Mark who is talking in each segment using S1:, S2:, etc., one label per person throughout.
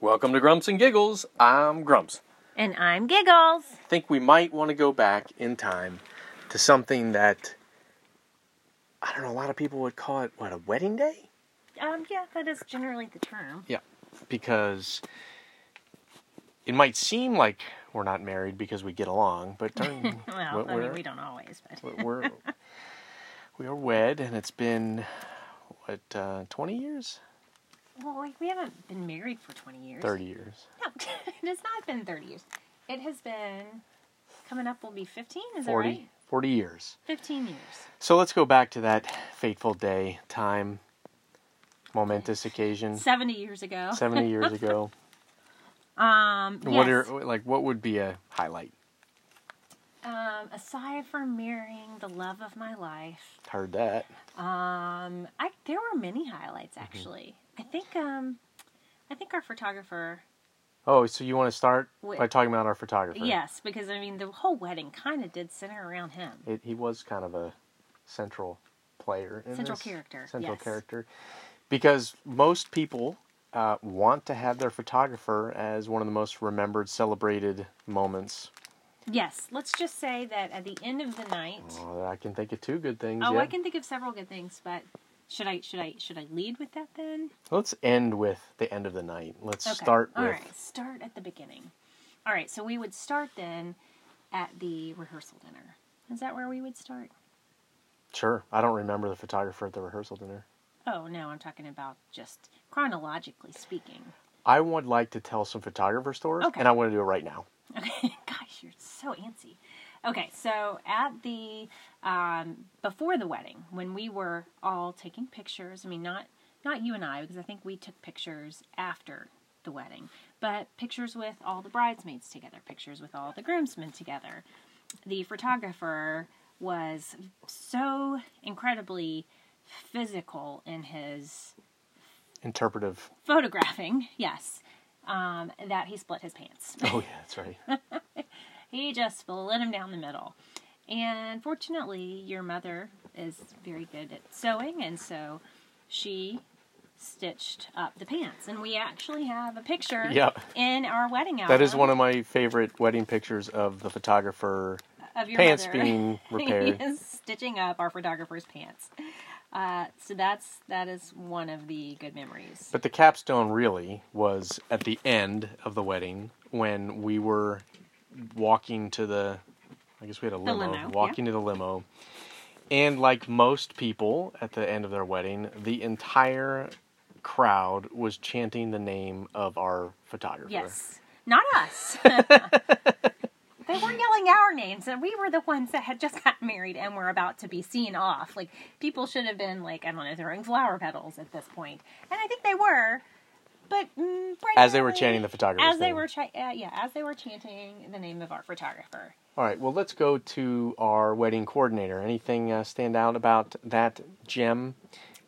S1: Welcome to Grumps and Giggles. I'm Grumps.
S2: And I'm Giggles.
S1: I think we might want to go back in time to something that I don't know, a lot of people would call it what, a wedding day?
S2: Um, yeah, that is generally the term.
S1: Yeah. Because it might seem like we're not married because we get along, but during
S2: Well, I
S1: we're-
S2: mean, we don't always, but
S1: we're, we're we are wed and it's been what uh, 20 years?
S2: well, like, we haven't been married for 20 years.
S1: 30 years.
S2: No, it has not been 30 years. It has been coming up. Will be 15. Is that
S1: 40
S2: right?
S1: 40 years.
S2: 15 years.
S1: So let's go back to that fateful day, time, momentous occasion,
S2: 70 years ago.
S1: seventy years ago.
S2: Um, yes.
S1: What are like? What would be a highlight?
S2: um, aside from marrying the love of my life,
S1: Heard that.
S2: Um, I there were many
S1: Mm-hmm.
S2: highlights actually. I think um, I think our photographer.
S1: Oh, so you want to start
S2: Wait.
S1: by talking about our photographer?
S2: Yes, because I mean the whole wedding kind of did center around him.
S1: It, he was kind of a central player. In
S2: Central
S1: this.
S2: character,
S1: Central
S2: yes.
S1: character, because most people uh, want to have their photographer as one of the most remembered, celebrated moments.
S2: Yes, let's just say that at the end of the night. Oh,
S1: Oh, I can think of two good things.
S2: I
S1: Oh, yeah.
S2: can think of several good things, but should I should I should I lead with that then?
S1: Let's end with the end of the night. Let's
S2: Okay.
S1: start
S2: All
S1: with
S2: right. Start at the beginning. All right. So we would start then at the rehearsal dinner. Is that where we would start?
S1: sure. I don't remember the photographer at the rehearsal dinner.
S2: Oh no, I'm talking about just chronologically speaking.
S1: I would like to tell some photographer stories,
S2: Okay.
S1: and I want to do it right now.
S2: Okay, gosh, you're so antsy. Okay, so at the um, before the wedding, when we were all taking pictures, I mean, not not you and I, because I think we took pictures after the wedding, but pictures with all the bridesmaids together, pictures with all the groomsmen together. The photographer was so incredibly physical in his
S1: Interpretive.
S2: photographing, yes, um, that he split his pants.
S1: Oh yeah, that's right.
S2: He just split him down the middle. And fortunately, your mother is very good at sewing, and so she stitched up the pants. And we actually have a picture
S1: Yeah.
S2: in our wedding album
S1: That is one of my favorite wedding pictures of the photographer
S2: of your
S1: pants
S2: mother.
S1: being repaired.
S2: he is stitching up our photographer's pants. Uh, so that's that is one of the good memories.
S1: But the capstone really was at the end of the wedding when we were walking to the I guess we had a limo,
S2: limo, yeah.
S1: walking to the limo. And like most people at the end of their wedding, the entire crowd was chanting the name of our photographer.
S2: Yes, not us. they were yelling our names, and we were the ones that had just gotten married and were about to be seen off. Like people should have been like I don't know throwing flower petals at this point, and I think they were. But mm,
S1: As they were
S2: primarily-
S1: chanting the photographer's
S2: as they
S1: name.
S2: were cha- uh, yeah, as they were chanting the name of our photographer.
S1: All right, well, let's go to our wedding coordinator. Anything uh, stand out about that gem?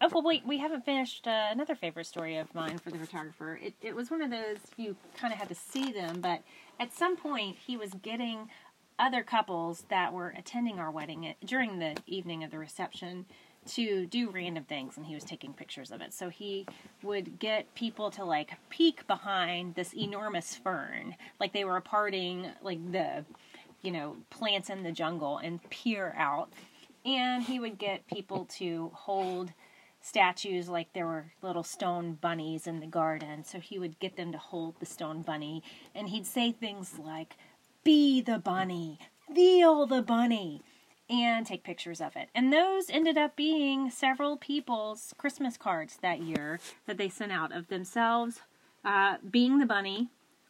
S2: Oh well, wait, we haven't finished uh, another favorite story of mine for the photographer. It, it was one of those you kind of had to see them, but at some point he was getting other couples that were attending our wedding at, during the evening of the reception to do random things, and he was taking pictures of it. So he would get people to like peek behind this enormous fern, like they were parting like the you know, plants in the jungle and peer out. And he would get people to hold statues like there were little stone bunnies in the garden. So he would get them to hold the stone bunny. And he'd say things like, Be the bunny, feel the bunny, and take pictures of it. And those ended up being several people's Christmas cards that year that they sent out of themselves uh, being the bunny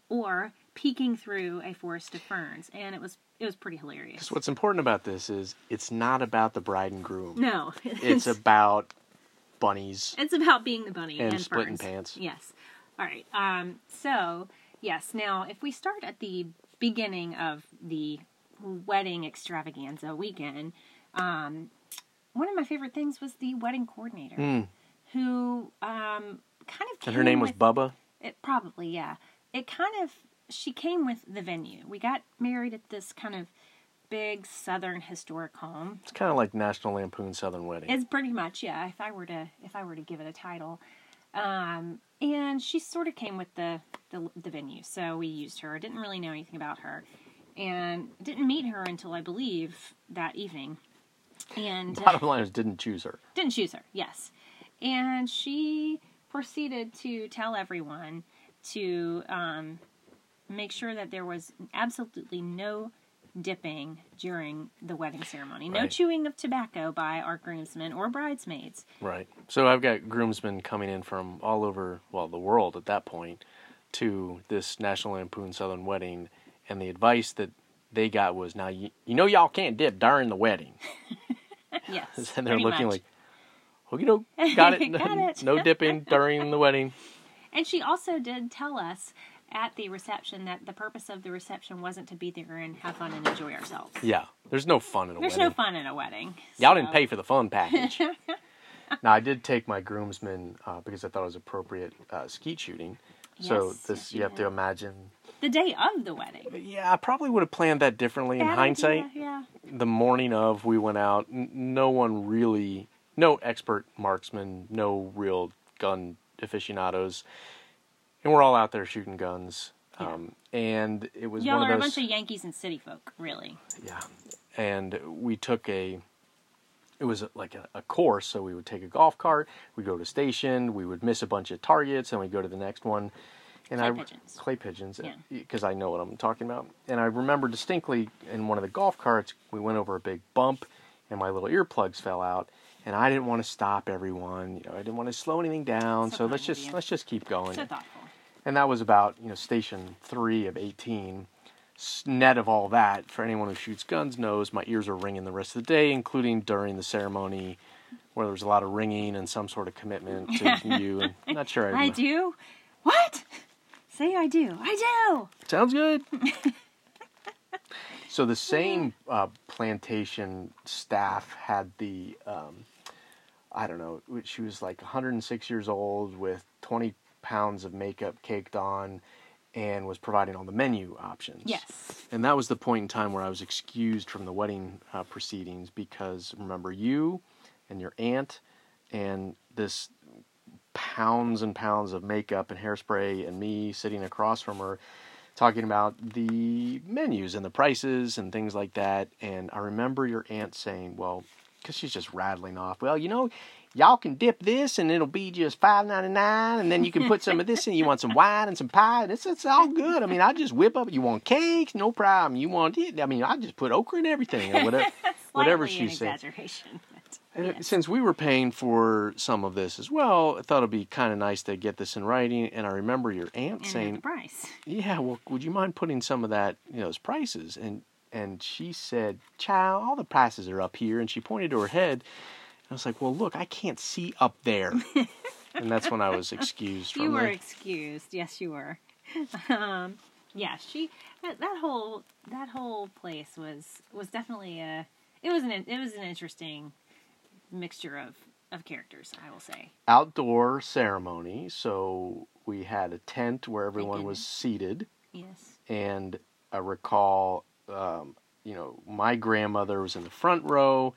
S2: or peeking through a forest of ferns, and it was it was pretty hilarious.
S1: Because what's important about this is it's not about the bride and groom.
S2: No,
S1: it's about bunnies.
S2: it's about being the bunny
S1: And
S2: and,
S1: splitting
S2: ferns.
S1: pants.
S2: Yes. All right. Um. So yes. Now, if we start at the beginning of the wedding extravaganza weekend, um, one of my favorite things was the wedding coordinator, who um kind of
S1: Hmm. And her name was
S2: Bubba.
S1: Bubba.
S2: It probably, yeah. It kind of she came with the venue. We got married at this kind of big southern historic home.
S1: It's kind of like National Lampoon Southern Wedding.
S2: It's pretty much, yeah, if I were to if I were to give it a title. Um and she sort of came with the the, the venue. So we used her. I didn't really know anything about her and didn't meet her until I believe that evening. And uh,
S1: Bottom line is, didn't choose her.
S2: didn't choose her, yes. And she proceeded to tell everyone to um, make sure that there was absolutely no dipping during the wedding ceremony, no
S1: Right.
S2: chewing of tobacco by our groomsmen or bridesmaids.
S1: Right. So I've got groomsmen coming in from all over, well, the world at that point, to this National Lampoon Southern Wedding, and the advice that they got was, now you, you know y'all can't dip during the wedding,
S2: yes.
S1: and they're
S2: pretty
S1: looking
S2: much.
S1: like, oh, you know, got it,
S2: Got it.
S1: no dipping during the wedding.
S2: And she also did tell us at the reception that the purpose of the reception wasn't to be there and have fun and enjoy ourselves.
S1: Yeah, there's no fun in a
S2: There's
S1: wedding.
S2: no fun in a wedding.
S1: Y'all
S2: so-
S1: didn't pay for the fun package. now I did take my groomsmen uh, because I thought it was appropriate uh, skeet shooting. so
S2: Yes,
S1: this
S2: yes,
S1: you
S2: you
S1: have to
S2: did.
S1: imagine.
S2: the day of the wedding.
S1: Yeah, I probably would have planned that differently in
S2: Bad
S1: hindsight.
S2: idea, yeah.
S1: the morning of we went out n- no one really no expert marksman no real gun aficionados and we're all out there shooting guns
S2: Yeah.
S1: um, and it was
S2: Y'all
S1: one
S2: are a
S1: of those
S2: bunch of Yankees and city folk, really.
S1: yeah and we took a it was like a, a course so we would take a golf cart we'd go to station we would miss a bunch of targets and we'd go to the next one and
S2: Clay
S1: i
S2: pigeons.
S1: clay pigeons
S2: Yeah.
S1: because i know what i'm talking about and i remember distinctly in one of the golf carts we went over a big bump and my little earplugs fell out and i didn't want to stop everyone you know i didn't want to slow anything down
S2: So
S1: so,
S2: kind
S1: let's
S2: of
S1: just
S2: you.
S1: let's just keep going
S2: So thoughtful.
S1: and that was about you know station three of 18 S- net of all that for anyone who shoots guns knows my ears are ringing the rest of the day including during the ceremony where there was a lot of ringing and some sort of commitment to you and I'm not sure I,
S2: I
S1: remember.
S2: do. What? Say I do. I do.
S1: sounds good so the same uh, plantation staff had the um, i don't know she was like 106 years old with 20 pounds of makeup caked on and was providing all the menu options
S2: Yes.
S1: And that was the point in time where I was excused from the wedding uh, proceedings because remember you and your aunt and this pounds and pounds of makeup and hairspray and me sitting across from her talking about the menus and the prices and things like that and I remember your aunt saying, "Well, cuz she's just rattling off. Well, you know, y'all can dip this and it'll be just 5.99 and then you can put some of this in. You want some wine and some pie. It's it's all good. I mean, I just whip up. You want cakes? No problem. You want it? I mean, I just put okra in everything or whatever whatever Uh,
S2: Slightly
S1: she's
S2: an
S1: saying.
S2: exaggeration. but
S1: And it-
S2: yes.
S1: Since we were paying for some of this as well, I thought it'd be kind of nice to get this in writing. And I remember your aunt
S2: And
S1: saying,
S2: the price.
S1: "Yeah, well, would you mind putting some of that, you know, those prices?" And and she said, "Child, all the prices are up here." And she pointed to her head. And I was like, "Well, look, I can't see up there." and that's when I was excused from
S2: You were
S1: the-
S2: excused. Yes, you were. Um, yeah, she that, that whole that whole place was was definitely a it was an it was an interesting mixture of of characters. I will say.
S1: outdoor ceremony. So we had a tent where everyone was seated.
S2: Yes.
S1: and I recall, um, you know, my grandmother was in the front row,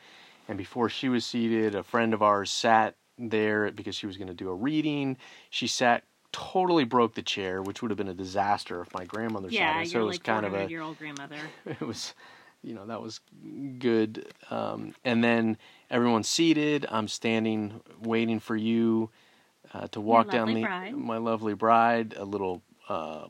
S1: and before she was seated, a friend of ours sat there because she was going to do a reading. She sat totally broke the chair, which would have been a disaster if my grandmother
S2: Yeah,
S1: sat
S2: you're
S1: it. So it was
S2: like
S1: kind of a,
S2: your old grandmother.
S1: it was, you know, that was good. Um, and then everyone's seated. I'm standing waiting for you uh, to walk down
S2: lovely
S1: the
S2: bride.
S1: my lovely bride. A little, uh,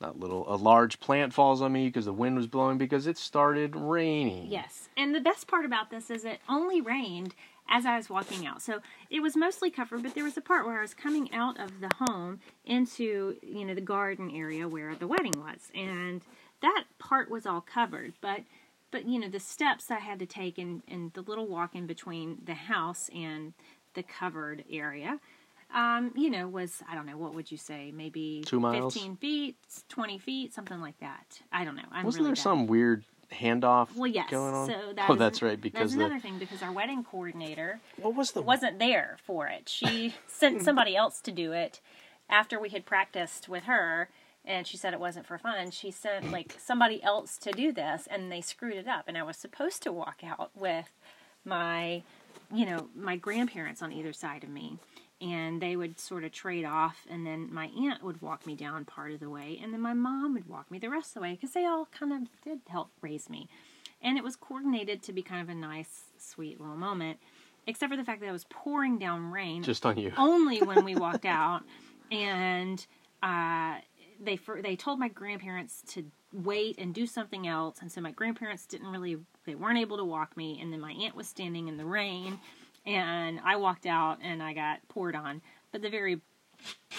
S1: not little, a large plant falls on me because the wind was blowing because it started raining.
S2: Yes. And the best part about this is it only rained as I was walking out. So it was mostly covered, but there was a part where I was coming out of the home into, you know, the garden area where the wedding was. And that part was all covered, but but you know, the steps I had to take and, and the little walk in between the house and the covered area. Um, you know, was I don't know, what would you say? Maybe
S1: Two miles?
S2: fifteen feet, twenty feet, something like that. I don't know. I'm
S1: Wasn't
S2: really
S1: there
S2: bad.
S1: some weird handoff
S2: Well, yes.
S1: going on?
S2: So that
S1: oh,
S2: was-
S1: that's right.
S2: that was
S1: Because
S2: another
S1: the,
S2: thing because our wedding coordinator
S1: what was the
S2: wasn't there for it. She sent somebody else to do it after we had practiced with her, and she said it wasn't for fun. She sent like somebody else to do this, and they screwed it up. And I was supposed to walk out with my, you know, my grandparents on either side of me, and they would sort of trade off and then my aunt would walk me down part of the way and then my mom would walk me the rest of the way because they all kind of did help raise me and it was coordinated to be kind of a nice sweet little moment except for the fact that it was pouring down rain
S1: Just on you.
S2: only when we walked out, and uh, they fir- they told my grandparents to wait and do something else, and so my grandparents didn't really they weren't able to walk me, and then my aunt was standing in the rain, and I walked out and I got poured on. But the very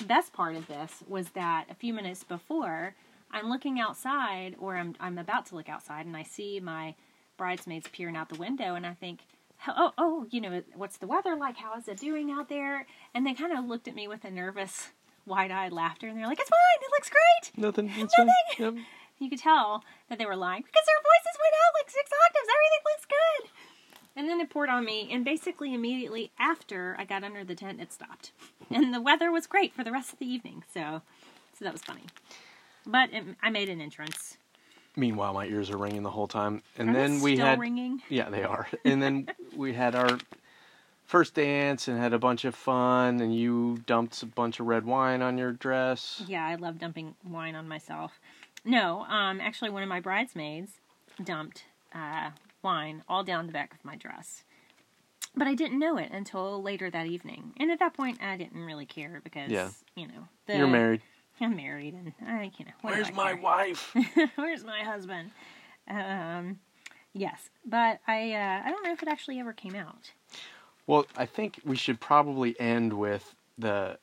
S2: best part of this was that a few minutes before, I'm looking outside, or I'm I'm about to look outside, and I see my bridesmaids peering out the window, and I think, oh oh, you know, what's the weather like? How is it doing out there? And they kind of looked at me with a nervous, wide-eyed laughter, and they're like, it's fine, it looks great.
S1: Nothing. It's fine. Yep.
S2: You could tell that they were lying because their voices went out like six octaves. Everything looks good. And then it poured on me, and basically immediately after I got under the tent, it stopped, and the weather was great for the rest of the evening. So, so that was funny. But it, I made an entrance.
S1: Meanwhile, my ears are ringing the whole time, and
S2: Are they
S1: then we
S2: still
S1: had
S2: ringing.
S1: yeah, they are, and then we had our first dance and had a bunch of fun, and you dumped a bunch of red wine on your dress.
S2: Yeah, I love dumping wine on myself. No, um, actually, one of my bridesmaids dumped uh, wine all down the back of my dress. But I didn't know it until later that evening. And at that point, I didn't really care because,
S1: Yeah.
S2: you know, the,
S1: You're married.
S2: I'm married, and I, you know, what do I
S1: Where's my
S2: care?
S1: wife?
S2: Where's my husband? Um, yes, but I, uh, I don't know if it actually ever came out.
S1: Well, I think we should probably end with the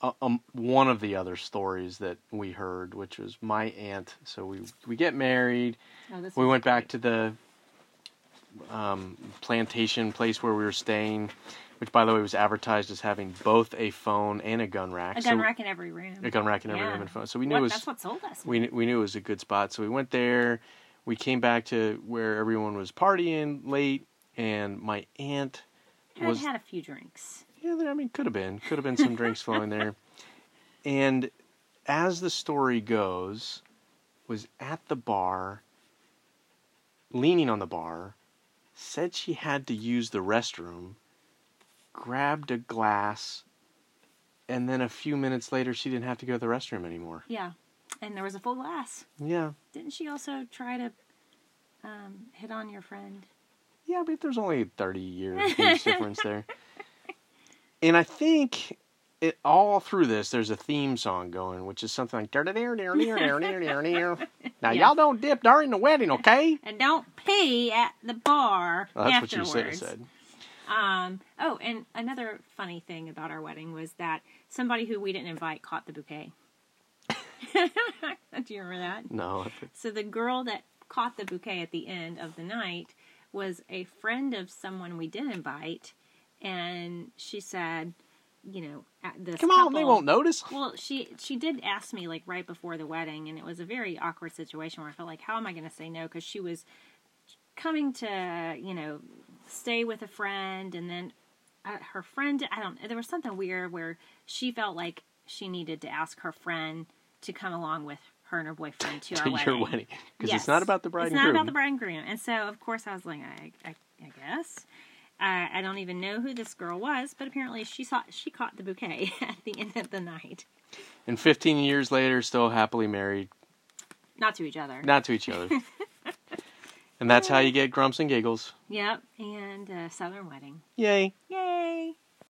S1: uh, um, one of the other stories that we heard, which was my aunt. So we we get married.
S2: Oh, this
S1: We
S2: was
S1: went back
S2: great.
S1: to the um, plantation place where we were staying, which, by the way, was advertised as having both a phone and a gun rack.
S2: a gun
S1: So-
S2: rack in every room.
S1: A gun rack in every
S2: Yeah.
S1: room and phone. So we knew
S2: What-
S1: it was
S2: that's what sold us.
S1: we we knew it was a good spot, so we went there. We came back to where everyone was partying late, and my aunt
S2: I'd
S1: was
S2: had a few drinks.
S1: yeah. there- I mean, could have been could have been some drinks flowing there. And as the story goes, was at the bar, leaning on the bar, said she had to use the restroom, grabbed a glass, and then a few minutes later, she didn't have to go to the restroom anymore.
S2: Yeah, and there was a full glass.
S1: Yeah.
S2: Didn't she also try to um, hit on your friend?
S1: Yeah, but there's only 30 years age difference there. And I think it all through this, there's a theme song going, which is something like. Now,
S2: Yes.
S1: y'all don't dip during the wedding, okay?
S2: And don't pee at the bar
S1: Well, Oh, that's
S2: afterwards.
S1: what you said. said.
S2: Um, oh, and another funny thing about our wedding was that somebody who we didn't invite caught the bouquet. Do you remember that?
S1: No.
S2: So the girl that caught the bouquet at the end of the night was a friend of someone we did invite, and she said, you know, at this
S1: Come on, they
S2: couple-
S1: won't notice.
S2: Well, she she did ask me like right before the wedding, and it was a very awkward situation where I felt like, how am I going to say no? Because she was coming to you know stay with a friend, and then uh, her friend I don't there was something weird where she felt like she needed to ask her friend to come along with her and her boyfriend to, our
S1: To your wedding. Because it's not about the bride
S2: it's
S1: and
S2: not
S1: groom.
S2: about the bride and groom. And so, of course, I was like, I, I, I guess. Uh, I I don't even know who this girl was, but apparently she saw she caught the bouquet at the end of the night.
S1: And 15 years later, still happily married,
S2: Not to each other.
S1: not to each other. and that's how you get grumps and giggles.
S2: Yep. And uh, Southern Wedding.
S1: Yay.
S2: Yay!